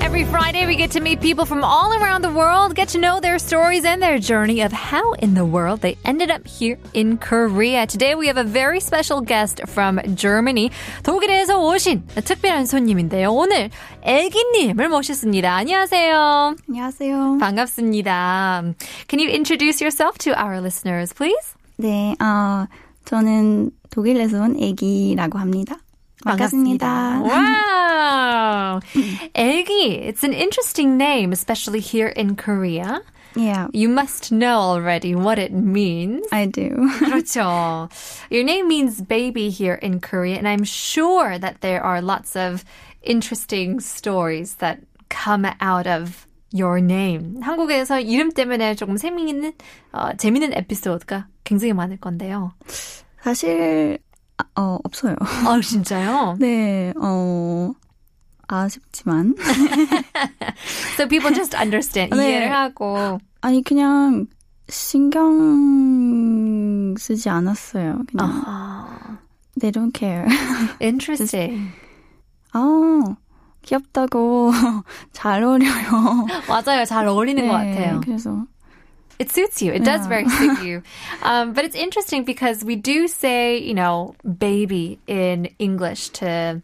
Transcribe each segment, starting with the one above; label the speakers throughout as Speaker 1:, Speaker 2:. Speaker 1: Every Friday, we get to meet people from all around the world, get to know their stories and their journey of how in the world they ended up here in Korea. Today, we have a very special guest from Germany. 독일에서 오신 특별한 손님인데요. 오늘 애기님을 모셨습니다. 안녕하세요.
Speaker 2: 안녕하세요.
Speaker 1: 반갑습니다. Can you introduce yourself to our listeners, please?
Speaker 2: 네, 어, 저는 독일에서 온 애기라고 합니다. 반갑습니다.
Speaker 1: Wow. 애기, it's an interesting name, especially here in Korea.
Speaker 2: Yeah,
Speaker 1: You must know already what it means.
Speaker 2: I do.
Speaker 1: 그렇죠. Your name means baby here in Korea, and I'm sure that there are lots of interesting stories that come out of your name. 한국에서 이름 때문에 조금 재미있는 어, 재미있는 에피소드가 굉장히 많을 건데요.
Speaker 2: 사실 아, 어, 없어요.
Speaker 1: 아 진짜요?
Speaker 2: 네, 어, 아쉽지만
Speaker 1: So people just understand
Speaker 2: 네.
Speaker 1: 이해를 하고
Speaker 2: 아니 그냥 신경 쓰지 않았어요. 그냥
Speaker 1: 아하.
Speaker 2: they don't care.
Speaker 1: Interesting.
Speaker 2: 아, 귀엽다고 잘 어울려요.
Speaker 1: 맞아요. 잘 어울리는 것
Speaker 2: 네,
Speaker 1: 같아요.
Speaker 2: 그래서
Speaker 1: It suits you. It does
Speaker 2: Yeah.
Speaker 1: very suit you. Um, but it's interesting because we do say, you know, baby in English to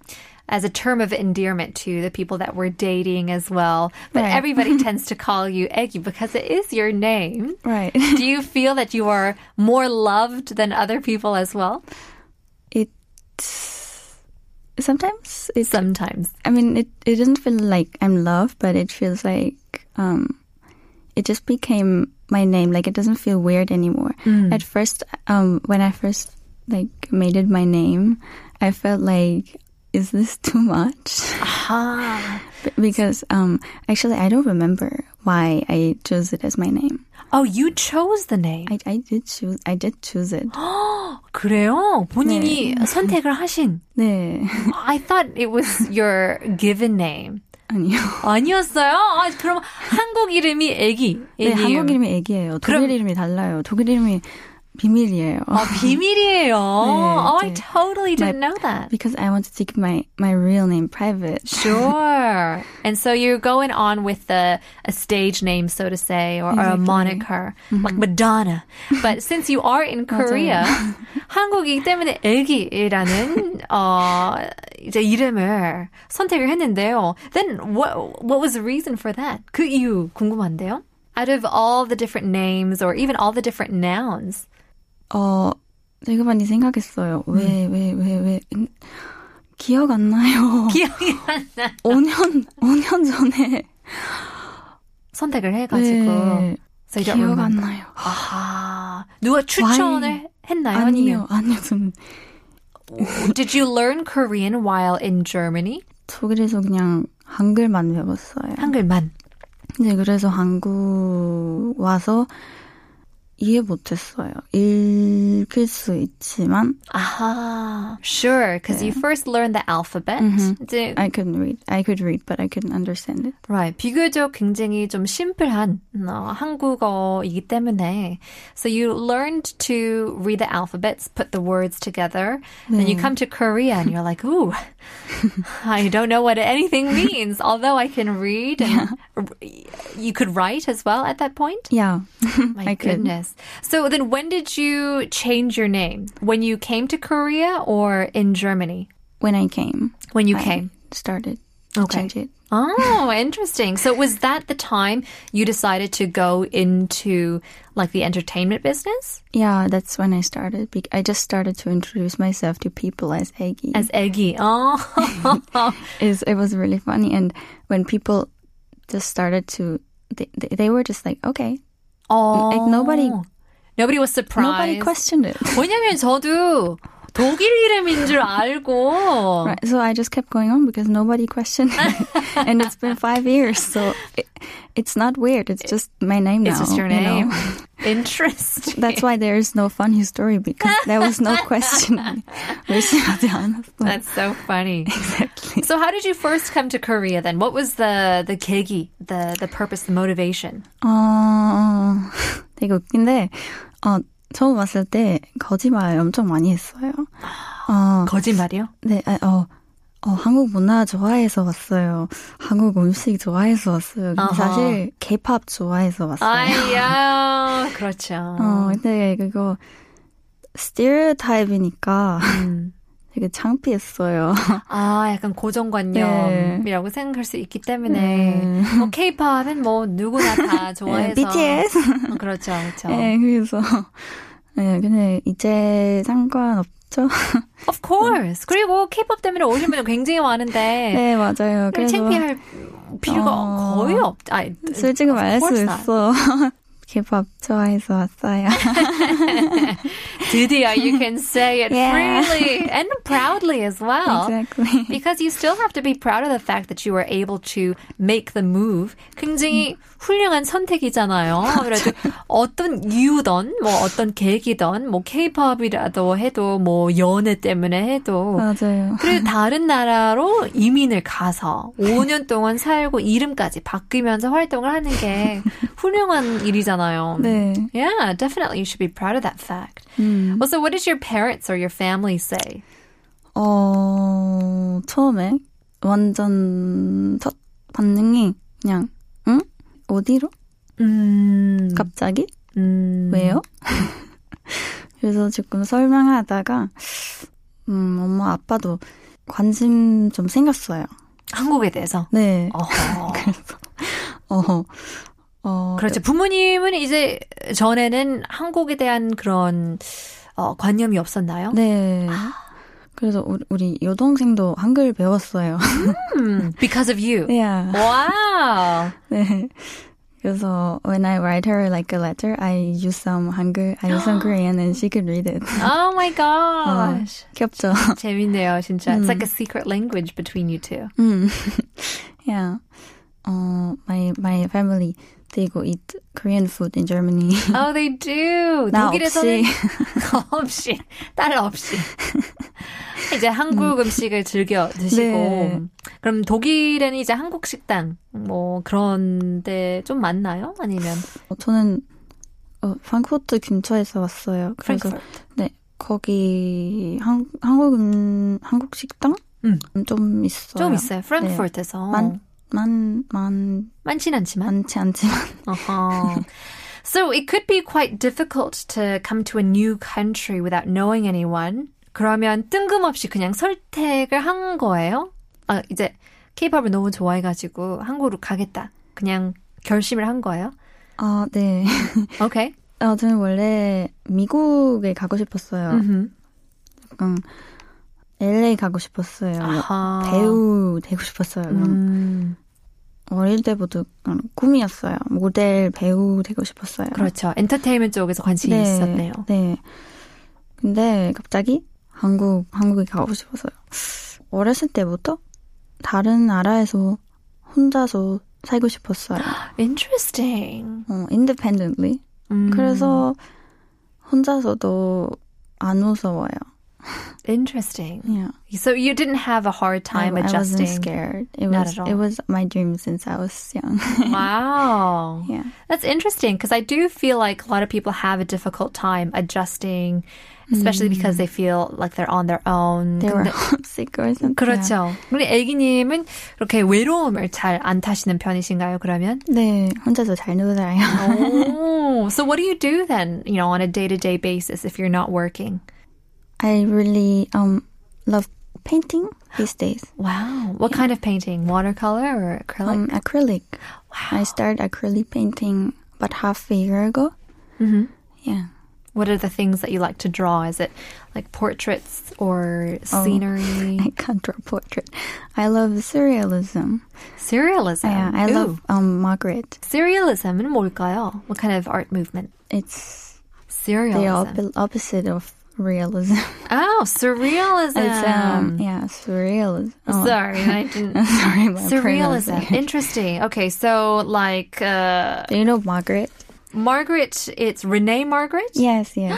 Speaker 1: as a term of endearment to the people that we're dating as well. But
Speaker 2: Right.
Speaker 1: everybody tends to call you Eggy because it is your name.
Speaker 2: right.
Speaker 1: Do you feel that you are more loved than other people as well?
Speaker 2: It sometimes it
Speaker 1: Sometimes.
Speaker 2: I mean, it, it doesn't feel like I'm loved, but it feels like um, it just became my name. Like it doesn't feel weird anymore.
Speaker 1: Mm.
Speaker 2: At first, um, when I first like made it my name, I felt like, is this too much?
Speaker 1: Ah.
Speaker 2: B- because um, actually, I don't remember why I chose it as my name.
Speaker 1: Oh, you chose the name.
Speaker 2: I, I did choose. I did choose it.
Speaker 1: 그래요? 본인이 선택을 하신.
Speaker 2: 네,
Speaker 1: I thought it was your given name.
Speaker 2: 아니요.
Speaker 1: 아니었어요. 아, 그럼 한국 이름이 애기.
Speaker 2: 네, 한국
Speaker 1: 애기예요.
Speaker 2: 이름이 애기예요. 독일
Speaker 1: 그럼-
Speaker 2: 이름이 달라요. 독일 이름이 비밀이에요.
Speaker 1: 아, 비밀이에요. oh, I
Speaker 2: 네.
Speaker 1: totally didn't
Speaker 2: My-
Speaker 1: know that.
Speaker 2: because I want to keep my my real name private.
Speaker 1: Sure. and so you're going on with the, a stage name, so to say, or, or a
Speaker 2: Exactly.
Speaker 1: moniker,
Speaker 2: Mm-hmm.
Speaker 1: like Madonna. But since you are in Korea, 한국이기 때문에 애기라는 어, 이제 이름을 선택을 했는데요. Then what what was the reason for that? 그 이유 궁금한데요. Out of all the different names or even all the different nouns.
Speaker 2: 어, 되게 많이 생각했어요. 왜, 왜, 왜, 왜. 음, 기억 안 나요.
Speaker 1: 기억이 안 나.
Speaker 2: 5년, 5년 전에.
Speaker 1: 선택을 해 가지고.
Speaker 2: 네,
Speaker 1: so you don't
Speaker 2: 기억 안
Speaker 1: remember.
Speaker 2: 나요.
Speaker 1: 아하. 누가 추천을
Speaker 2: Why?
Speaker 1: 했나요? 아니면
Speaker 2: 아니요, 아니요. 저는
Speaker 1: Did you learn Korean while in Germany?
Speaker 2: 독일에서 그냥 한글만 배웠어요.
Speaker 1: 한글만.
Speaker 2: 이제 그래서 한국 와서 이해 못했어요. 읽을 수 있지만,
Speaker 1: 아하. Sure, because you first learned the alphabet. 이제,
Speaker 2: I couldn't read. I could read, but I couldn't understand it.
Speaker 1: right. 비교적 굉장히 좀 심플한 어, 한국어이기 때문에. So you learned to read the alphabets, put the words together. Then you come to Korea and you're like, ooh, I don't know what anything means. Although I can read and you could write as well at that point.
Speaker 2: Yeah.
Speaker 1: My
Speaker 2: I could.
Speaker 1: goodness. So then when did you change your name? When you came to Korea or in Germany?
Speaker 2: When I came,
Speaker 1: When you
Speaker 2: I
Speaker 1: came.
Speaker 2: started
Speaker 1: Okay.
Speaker 2: to change it.
Speaker 1: Oh, interesting. So was that the time you decided to go into like the entertainment business
Speaker 2: Yeah, that's when I started. bec- I just started to introduce myself to people as Eggy.
Speaker 1: as Eggy? Oh.
Speaker 2: Is it was really funny, and when people just started to, they, they, they were just like, okay,
Speaker 1: oh.
Speaker 2: Like, nobody-
Speaker 1: nobody was surprised.
Speaker 2: nobody questioned it.
Speaker 1: 왜냐면 저도 독일 이름인 줄 알고
Speaker 2: Right, so I just kept going on because nobody questioned it, and it's been five years, so it, it's not weird. It's just my name now.
Speaker 1: it's just your
Speaker 2: you know?
Speaker 1: name. Interesting.
Speaker 2: That's why there is no funny story because there was no question. 의심하지 않았어요.
Speaker 1: That's so funny. Exactly. So, how did you first come to Korea then? What was the the kegi, the the purpose, the motivation?
Speaker 2: 어, 아, 되게 웃긴데 어, 처음 왔을 때 거짓말 엄청 많이 했어요. 어,
Speaker 1: 거짓말이요?
Speaker 2: 네, 아, 어, 어, 한국 문화 좋아해서 왔어요. 한국 음식 좋아해서 왔어요. 근데
Speaker 1: 어허.
Speaker 2: 사실 케이팝 좋아해서 왔어요.
Speaker 1: 아야, 그렇죠.
Speaker 2: 어, 근데 그거 스테레오타입이니까
Speaker 1: 음.
Speaker 2: 되게 창피했어요.
Speaker 1: 아, 약간 고정관념이라고 생각할 수 있기 때문에
Speaker 2: 네.
Speaker 1: 뭐 K-팝은 뭐 누구나 다 좋아해서
Speaker 2: BTS.
Speaker 1: 어, 그렇죠, 그렇죠.
Speaker 2: 네, 그래서 네, 근데 이제 상관없죠.
Speaker 1: Of course. 그리고 K-pop 때문에 오신 분들 굉장히 많은데
Speaker 2: 네, 맞아요.
Speaker 1: 그걸
Speaker 2: 그래서
Speaker 1: 창피할 필요가
Speaker 2: 어.
Speaker 1: 거의 없. 아,
Speaker 2: 솔직히
Speaker 1: of
Speaker 2: 말할 수
Speaker 1: course not.
Speaker 2: 있어. 케밥 좋아해서 왔어요.
Speaker 1: 드디어 you can say it
Speaker 2: Yeah.
Speaker 1: freely and proudly as well.
Speaker 2: exactly.
Speaker 1: Because you still have to be proud of the fact that you were able to make the move. 굉장히 훌륭한 선택이잖아요. 그래도 어떤 이유든, 뭐 어떤 계기든, 뭐 케이팝이라도 해도, 뭐 연애 때문에 해도.
Speaker 2: 맞아요.
Speaker 1: 그리고 다른 나라로 이민을 가서 5년 동안 살고 이름까지 바뀌면서 활동을 하는 게 훌륭한 일이잖아요.
Speaker 2: 네.
Speaker 1: Yeah, definitely you should be proud of that fact.
Speaker 2: 음.
Speaker 1: Well, so what does your parents or your family say?
Speaker 2: 어, 처음에 완전 첫 반응이 그냥 응? 어디로?
Speaker 1: 음,
Speaker 2: 갑자기?
Speaker 1: 음.
Speaker 2: 왜요? 그래서 조금 설명하다가 음, 엄마 아빠도 관심 좀 생겼어요.
Speaker 1: 한국에 대해서.
Speaker 2: 네.
Speaker 1: 어허.
Speaker 2: 그래서 어. 어.
Speaker 1: 그렇죠. 부모님은 이제 전에는 한국에 대한 그런 어, 관념이 없었나요?
Speaker 2: 네.
Speaker 1: 아.
Speaker 2: 그래서 우리, 우리 여동생도 한글 배웠어요.
Speaker 1: 음, because of you.
Speaker 2: yeah.
Speaker 1: Wow.
Speaker 2: 네. 그래서 when I write her like a letter, I use some 한글, I use some Korean, and she could read it.
Speaker 1: Oh my gosh.
Speaker 2: 귀엽죠?
Speaker 1: 재밌네요, 진짜. It's like a secret language between you two.
Speaker 2: 음. yeah. 어, my my family they go eat Korean food in Germany.
Speaker 1: Oh, they do.
Speaker 2: 나
Speaker 1: 독일에서는
Speaker 2: 없이.
Speaker 1: 없이 딸 없이 이제 한국 음. 식을 즐겨 드시고
Speaker 2: 네.
Speaker 1: 그럼 독일에는 이제 한국 식당 뭐 그런데 좀 많나요? 아니면
Speaker 2: 어, 저는 어, 프랑크푸르트 근처에서 왔어요. 그래서
Speaker 1: 프랑크푸르트?
Speaker 2: 네 거기 한, 한국 음, 한국 식당
Speaker 1: 음.
Speaker 2: 좀 있어요.
Speaker 1: 좀 있어요. 프랑크푸르트에서
Speaker 2: 만, 만, 만,
Speaker 1: 많진 않지만.
Speaker 2: 많지 않지만.
Speaker 1: Uh-huh. so it could be quite difficult to come to a new country without knowing anyone. 그러면 뜬금없이 그냥 선택을 한 거예요? 아, 이제 케이팝을 너무 좋아해가지고 한국으로 가겠다. 그냥 결심을 한 거예요?
Speaker 2: 아, 네.
Speaker 1: 오케이.
Speaker 2: 어, 저는 원래 미국에 가고 싶었어요.
Speaker 1: 음흠.
Speaker 2: 약간 LA 가고 싶었어요.
Speaker 1: 아하.
Speaker 2: 배우 되고 싶었어요. 그럼
Speaker 1: 음,
Speaker 2: 어릴 때부터 그냥 꿈이었어요. 모델 배우 되고 싶었어요.
Speaker 1: 그렇죠. 엔터테인먼트 쪽에서 관심이 있었네요.
Speaker 2: 네. 근데 갑자기 한국, 한국에 가고 싶어서요. 어렸을 때부터 다른 나라에서 혼자서 살고 싶었어요.
Speaker 1: Interesting.
Speaker 2: 어, independently.
Speaker 1: 음,
Speaker 2: 그래서 혼자서도 안 무서워요.
Speaker 1: interesting.
Speaker 2: Yeah.
Speaker 1: So you didn't have a hard time
Speaker 2: I, I wasn't
Speaker 1: adjusting.
Speaker 2: scared. It
Speaker 1: Not
Speaker 2: was
Speaker 1: at all.
Speaker 2: it was my dream since I was young.
Speaker 1: wow.
Speaker 2: yeah.
Speaker 1: That's interesting because I do feel like a lot of people have a difficult time adjusting, especially because they feel like they're on their own.
Speaker 2: Mm. They were
Speaker 1: 근데-
Speaker 2: homesick or something.
Speaker 1: 그렇죠. 근데 애기님은 그렇게 외로움을 잘 안 타시는 편이신가요, 그러면?
Speaker 2: 네, 혼자서 잘 놀아요.
Speaker 1: Oh, so what do you do then, you know, on a day to day basis if you're not working?
Speaker 2: I really um love painting these days.
Speaker 1: Wow. What kind of painting? Watercolor or acrylic?
Speaker 2: Um, acrylic. I started acrylic painting about half a year ago.
Speaker 1: Mhm.
Speaker 2: Yeah.
Speaker 1: what are the things that you like to draw? Is it like portraits or
Speaker 2: Oh.
Speaker 1: scenery?
Speaker 2: I can't draw portrait. I love surrealism.
Speaker 1: Serialism.
Speaker 2: Yeah, I
Speaker 1: Ooh.
Speaker 2: love um Margaret.
Speaker 1: Serialism은 뭘까요? What kind of art movement?
Speaker 2: It's the
Speaker 1: Serialism.
Speaker 2: op- opposite of realism.
Speaker 1: Oh, surrealism.
Speaker 2: it's um yeah, surrealism. Oh,
Speaker 1: Sorry, I didn't.
Speaker 2: sorry, my
Speaker 1: Surrealism.
Speaker 2: pronunciation.
Speaker 1: Interesting. Okay, so like uh,
Speaker 2: Do you know Margaret?
Speaker 1: Margaret, it's Renee Margaret.
Speaker 2: Yes, yes.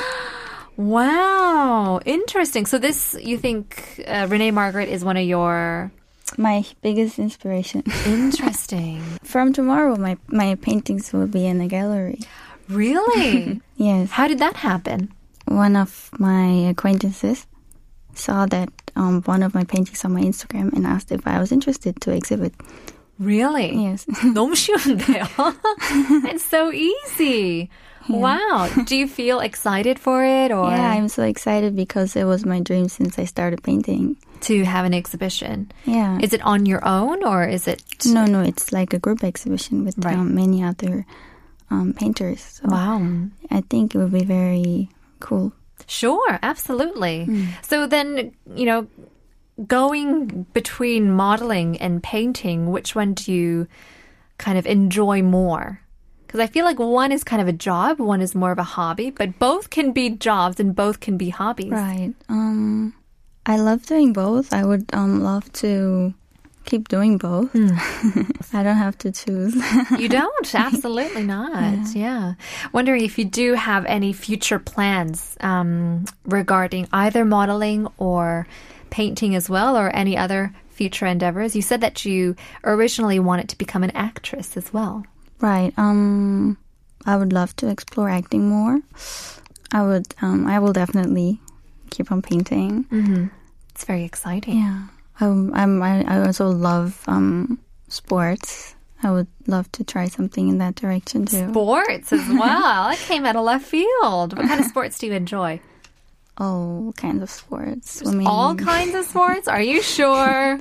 Speaker 1: Wow, interesting. So this, you think uh, Renee Margaret is one of your
Speaker 2: my biggest inspiration.
Speaker 1: interesting?
Speaker 2: From tomorrow, my my paintings will be in the gallery.
Speaker 1: Really?
Speaker 2: Yes.
Speaker 1: How did that happen?
Speaker 2: One of my acquaintances saw that um, one of my paintings on my Instagram and asked if I was interested to exhibit.
Speaker 1: Really?
Speaker 2: Yes.
Speaker 1: 너무 쉬운데요? it's so easy. Wow. Do you feel excited for it or
Speaker 2: Yeah, I'm so excited because it was my dream since I started painting.
Speaker 1: to have an exhibition?
Speaker 2: Yeah.
Speaker 1: Is it on your own or is it
Speaker 2: no, no, it's like a group exhibition with
Speaker 1: Right.
Speaker 2: um, many other um, painters. So
Speaker 1: Wow.
Speaker 2: I think it would be very cool.
Speaker 1: Sure, absolutely. So then, you know, going between modeling and painting, which one do you kind of enjoy more? Because I feel like one is kind of a job, one is more of a hobby, but both can be jobs and both can be hobbies.
Speaker 2: Right. Um, I love doing both. I would um, love to keep doing both. I don't have to choose.
Speaker 1: You don't, absolutely not. Yeah. Wondering if you do have any future plans um, regarding either modeling or painting as well, or any other future endeavors. You said that you originally wanted to become an actress as well.
Speaker 2: right. Um, I would love to explore acting more. I would. Um, I will definitely keep on painting.
Speaker 1: It's very exciting.
Speaker 2: Yeah. Um, I'm, I, I also love um, sports. I would love to try something in that direction too.
Speaker 1: Sports as well. That came out of left field. What kind of sports do you enjoy?
Speaker 2: All kinds of sports. Swimming.
Speaker 1: All kinds of sports? Are you sure?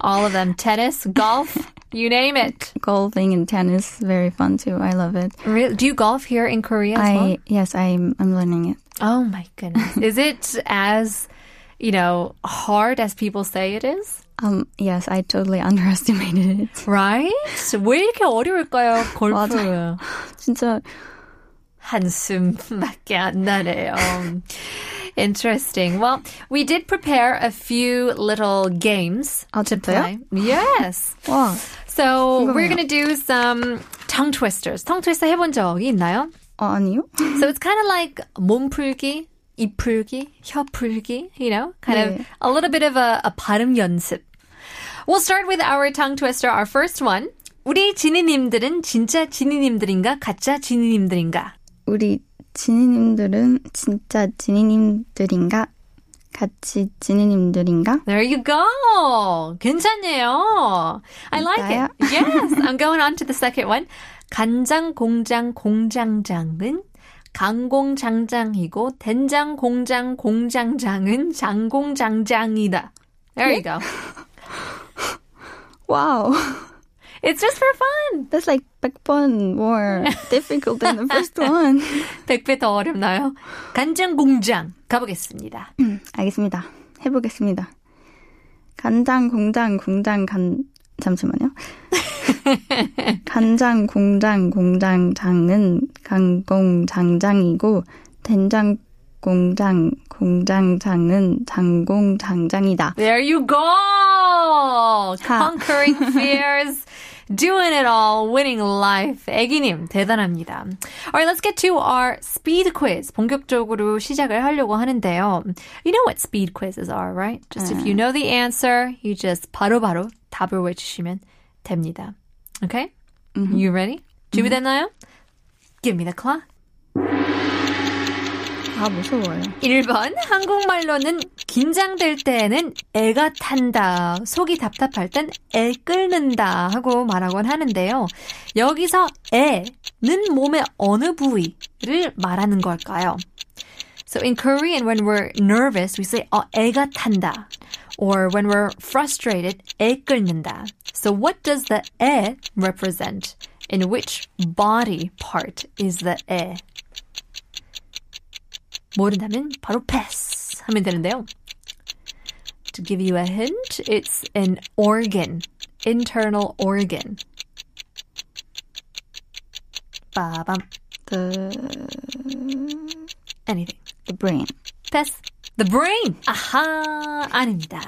Speaker 1: All of them tennis, golf, you name it.
Speaker 2: golfing and tennis very fun too i love it
Speaker 1: Re- Do you golf here in Korea as
Speaker 2: i
Speaker 1: well?
Speaker 2: yes i'm i'm learning it
Speaker 1: Oh my goodness. Is it as, you know, hard as people say it is?
Speaker 2: um yes i totally underestimated it
Speaker 1: Right? 왜 이렇게 어려울까요? 골프.
Speaker 2: 맞아요. 진짜
Speaker 1: 한숨밖에 안 나네요. Interesting. Well, we did prepare a few little games
Speaker 2: 아,
Speaker 1: to
Speaker 2: 진짜요?
Speaker 1: play. Yes.
Speaker 2: 와
Speaker 1: So we're
Speaker 2: 궁금해요.
Speaker 1: going to do some tongue twisters. tongue twister 해본 적이 있나요?
Speaker 2: 어, 아니요
Speaker 1: So it's kind of like 몸풀기, 입풀기, 혀풀기, you know, kind of
Speaker 2: 네.
Speaker 1: a little bit of a, a 발음 연습. We'll start with our tongue twister, our first one. 우리 지니님들은 진짜 지니님들인가 가짜 지니님들인가?
Speaker 2: 우리 지니님들은 진짜 지니님들인가 같이 지니님들인가
Speaker 1: There you go. 괜찮네요. I like it. Yes, I'm going on to the second one. 간장 공장 공장장은 강공장장이고 된장 공장 공장장은 장공장장이다. There you go.
Speaker 2: wow
Speaker 1: It's just for fun.
Speaker 2: that's like 100번 more difficult than the first one
Speaker 1: 100배 더 어렵나요? 간장 공장 가보겠습니다.
Speaker 2: 음, 알겠습니다 해보겠습니다 간장 공장 공장 간 잠시만요 간장 공장 공장장은 강공장장이고 된장 공장 공장장은 장공장장이다
Speaker 1: There you go.
Speaker 2: 자.
Speaker 1: Conquering fears. Doing it all, winning life. 애기님, 대단합니다. Alright, let's get to our speed quiz. 본격적으로 시작을 하려고 하는데요. You know what speed quizzes are, right? Just if you know the answer, you just 바로바로 답을 외치시면 됩니다. Okay? You ready? 준비됐나요? Give me the clock.
Speaker 2: 아 무서워요
Speaker 1: 1번 한국말로는 긴장될 때에는 애가 탄다, 속이 답답할 땐 애 끓는다 하고 말하곤 하는데요. 여기서 애는 몸의 어느 부위를 말하는 걸까요? So in Korean, when we're nervous, we say 어, 애가 탄다. Or when we're frustrated, 애 끓는다. So what does the 애 represent? In which body part is the 애? 모른다면 바로 패스 하면 되는데요. To give you a hint, it's an organ, internal organ. 빠밤,
Speaker 2: the,
Speaker 1: anything.
Speaker 2: 그, the brain
Speaker 1: 패스. The brain. 아하, 아닙니다.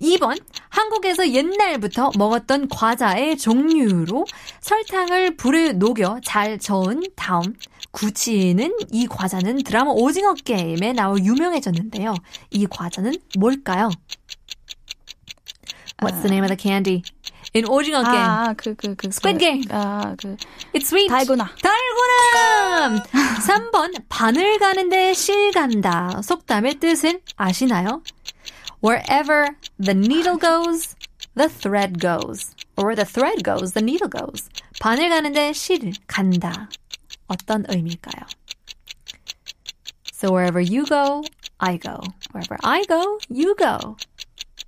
Speaker 1: 2번. 한국에서 옛날부터 먹었던 과자의 종류로 설탕을 불에 녹여 잘 저은 다음 구치는 이 과자는 드라마 오징어 게임에 나와 유명해졌는데요. 이 과자는 뭘까요? What's the name of the candy? In 오징어 게임.
Speaker 2: 아, 그, 그, 그.
Speaker 1: Squid
Speaker 2: 그,
Speaker 1: Game.
Speaker 2: 아, 그.
Speaker 1: It's sweet.
Speaker 2: 달고나.
Speaker 1: 달고나! 3번, 바늘 가는데 실 간다. 속담의 뜻은 아시나요? Wherever the needle goes, the thread goes. Or the thread goes, the needle goes. 바늘 가는데 실 간다. 어떤 의미일까요? So wherever you go, I go. Wherever I go, you go.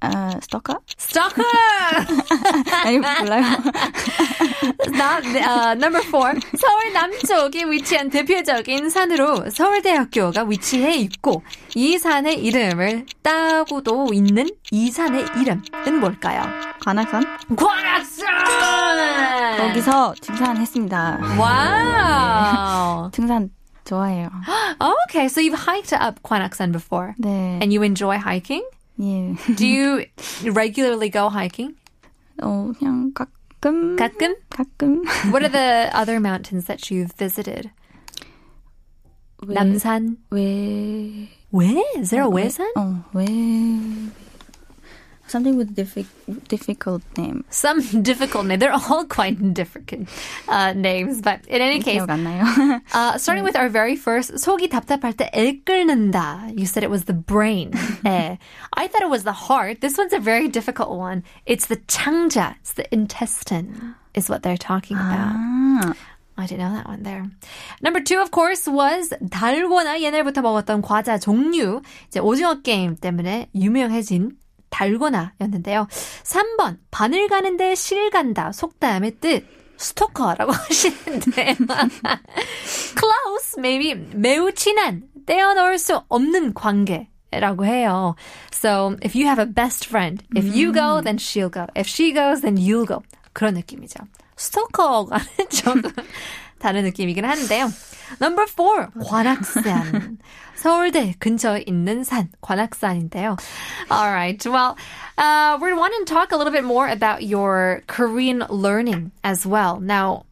Speaker 2: 아, 스토커?
Speaker 1: Stalker!
Speaker 2: 아니, 몰라요.
Speaker 1: 나, 아, number four. 서울 남쪽에 위치한 대표적인 산으로 서울대학교가 위치해 있고 이 산의 이름을 따고도 있는 이 산의 이름은 뭘까요?
Speaker 2: 관악산?
Speaker 1: 관악산!
Speaker 2: 거기서 등산했습니다.
Speaker 1: 와우.
Speaker 2: 등산 좋아해요.
Speaker 1: Okay, so you've hiked up 관악산 before.
Speaker 2: 네.
Speaker 1: And you enjoy hiking?
Speaker 2: 예.
Speaker 1: Do you regularly go hiking?
Speaker 2: 어, 그냥 가끔.
Speaker 1: 가끔?
Speaker 2: 가끔.
Speaker 1: What are the other mountains that you've visited? 남산?
Speaker 2: 왜.
Speaker 1: 왜? Is there a 외산?
Speaker 2: 어, 왜. Something with diffi- difficult name.
Speaker 1: some difficult names. They're all quite different uh, names, but in any case,
Speaker 2: 기억 안 나요?
Speaker 1: uh, starting with our very first, 속이 답답할 때애 끓는다. You said it was the brain. 에. I thought it was the heart. This one's a very difficult one. It's the 창자. It's the intestine is what they're talking about.
Speaker 2: 아,
Speaker 1: I didn't know that one there. Number two, of course, was 달고나 옛날부터 먹었던 과자 종류. 이제 오징어 게임 때문에 유명해진 달고나였는데요. 3번, 바늘 가는데 실 간다. 속담의 뜻. 스토커라고 하시는데. Close, maybe 매우 친한, 떼어놓을 수 없는 관계. 라고 해요. So, if you have a best friend, if you go, then she'll go. If she goes, then you'll go. 그런 느낌이죠. 스토커가는 좀 다른 느낌이긴 한데요. Number four, 관악산. 서울대 근처에 있는 산, 관악산인데요. Alright, well, uh, we want to talk a little bit more about your Korean learning as well. Now,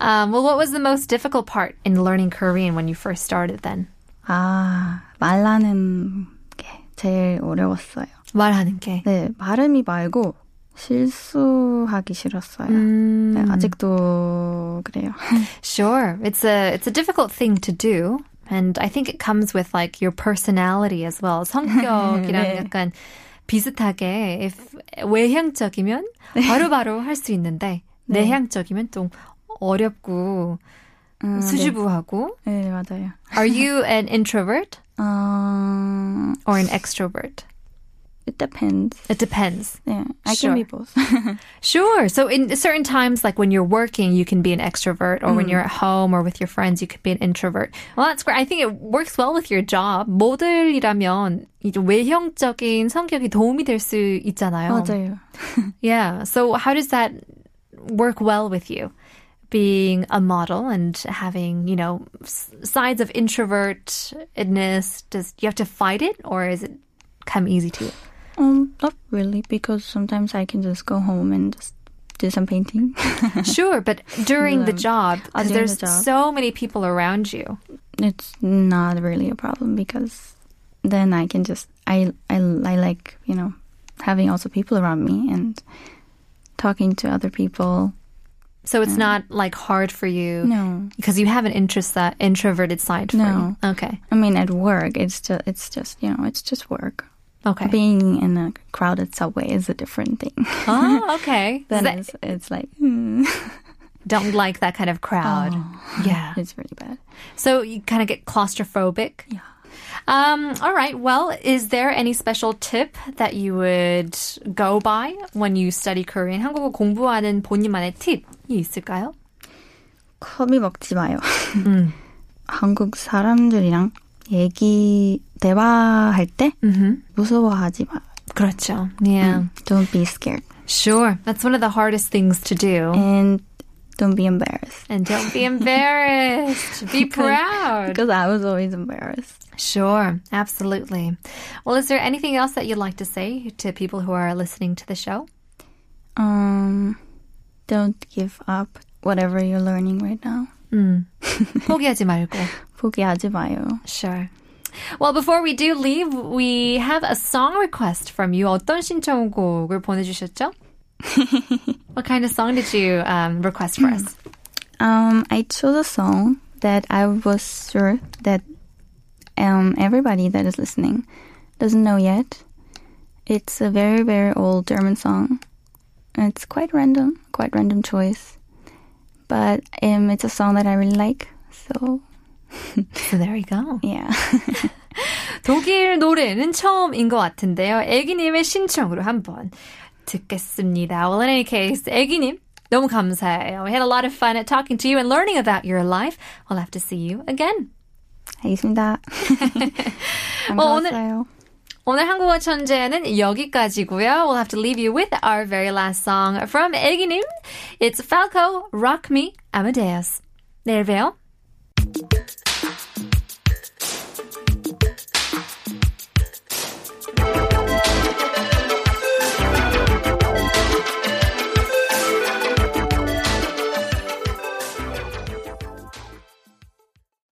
Speaker 1: um, well, what was the most difficult part in learning Korean when you first started then?
Speaker 2: 아, 말라는 게 제일 어려웠어요.
Speaker 1: 말하는 게.
Speaker 2: 네, 발음이 말고 실수하기 싫었어요.
Speaker 1: 음.
Speaker 2: 네, 아직도 그래요.
Speaker 1: Sure. It's a it's a difficult thing to do. And I think it comes with like your personality as well. 성격이랑
Speaker 2: 네.
Speaker 1: 약간 비슷하게 if 외향적이면 바로바로 할 수 있는데 내향적이면 좀 어렵고
Speaker 2: 음,
Speaker 1: 수줍어하고
Speaker 2: 네. 네, 맞아요.
Speaker 1: Are you an introvert
Speaker 2: 어,
Speaker 1: or an extrovert?
Speaker 2: it depends.
Speaker 1: It depends.
Speaker 2: 네, I
Speaker 1: Sure.
Speaker 2: can be both.
Speaker 1: Sure. So in certain times, like when you're working, you can be an extrovert, or when you're at home or with your friends, you could be an introvert. Well, that's great. I think it works well with your job. 모델이라면 이제 외형적인 성격이 도움이 될 수 있잖아요.
Speaker 2: 맞아요.
Speaker 1: Yeah. So how does that work well with you? Being a model and having, you know, s- sides of introvertedness, does do you have to fight it or is it come easy to you?
Speaker 2: Um, not really, because sometimes I can just go home and just do some painting.
Speaker 1: Sure, but during the
Speaker 2: Um,
Speaker 1: job,
Speaker 2: uh,
Speaker 1: because
Speaker 2: during
Speaker 1: there's
Speaker 2: the job.
Speaker 1: so many people around you.
Speaker 2: it's not really a problem because then I can just I I I like you know having also people around me and talking to other people.
Speaker 1: So it's not like hard for you
Speaker 2: No,
Speaker 1: because you have an interest that introverted side for
Speaker 2: No.
Speaker 1: you. Okay.
Speaker 2: I mean at work it's just it's just you know it's just work.
Speaker 1: Okay.
Speaker 2: Being in a crowded subway is a different thing.
Speaker 1: oh, okay.
Speaker 2: Then
Speaker 1: That-
Speaker 2: it's, it's like hmm,
Speaker 1: don't like that kind of crowd.
Speaker 2: Oh.
Speaker 1: Yeah.
Speaker 2: it's really bad.
Speaker 1: So you kind of get claustrophobic. Yeah. Um, all right. Well, is there any special tip that you would go by when you study Korean? 한국어 공부하는 본인만의 팁이 있을까요?
Speaker 2: 컵이 먹지 마요. 한국 사람들이랑 얘기 대화할 때 무서워하지 마. 음,
Speaker 1: 그렇죠. Yeah.
Speaker 2: Don't be scared.
Speaker 1: Sure. That's one of the hardest things to do.
Speaker 2: and don't be embarrassed
Speaker 1: And don't be embarrassed. Be proud.
Speaker 2: because I was always embarrassed.
Speaker 1: Sure, absolutely. Well, is there anything else that you'd like to say to people who are listening to the show?
Speaker 2: Um, don't give up whatever you're learning right now.
Speaker 1: 포기하지 말고.
Speaker 2: 포기하지 마요.
Speaker 1: Sure. Well, before we do leave, we have a song request from you. 어떤 신청곡을 보내주셨죠? What kind of song did you um, request for us?
Speaker 2: Um, I chose a song that I was sure that um, everybody that is listening doesn't know yet. It's a very, very old German song. And It's quite random, quite random choice. But um, it's a song that I really like. So,
Speaker 1: So there you go.
Speaker 2: yeah.
Speaker 1: 독일 노래는 처음인 것 같은데요. 애기님의 신청으로 한번 듣겠습니다. Well, in any case, 애기님 너무 감사해요. We had a lot of fun at talking to you and learning about your life. We'll have to see you again.
Speaker 2: 알겠습니다. 안
Speaker 1: 어, 오늘-
Speaker 2: 가봤어요.
Speaker 1: 오늘 한국어 천재는 여기까지고요. We'll have to leave you with our very last song from 애기님. It's Falco, Rock Me, Amadeus. 내일 봬요.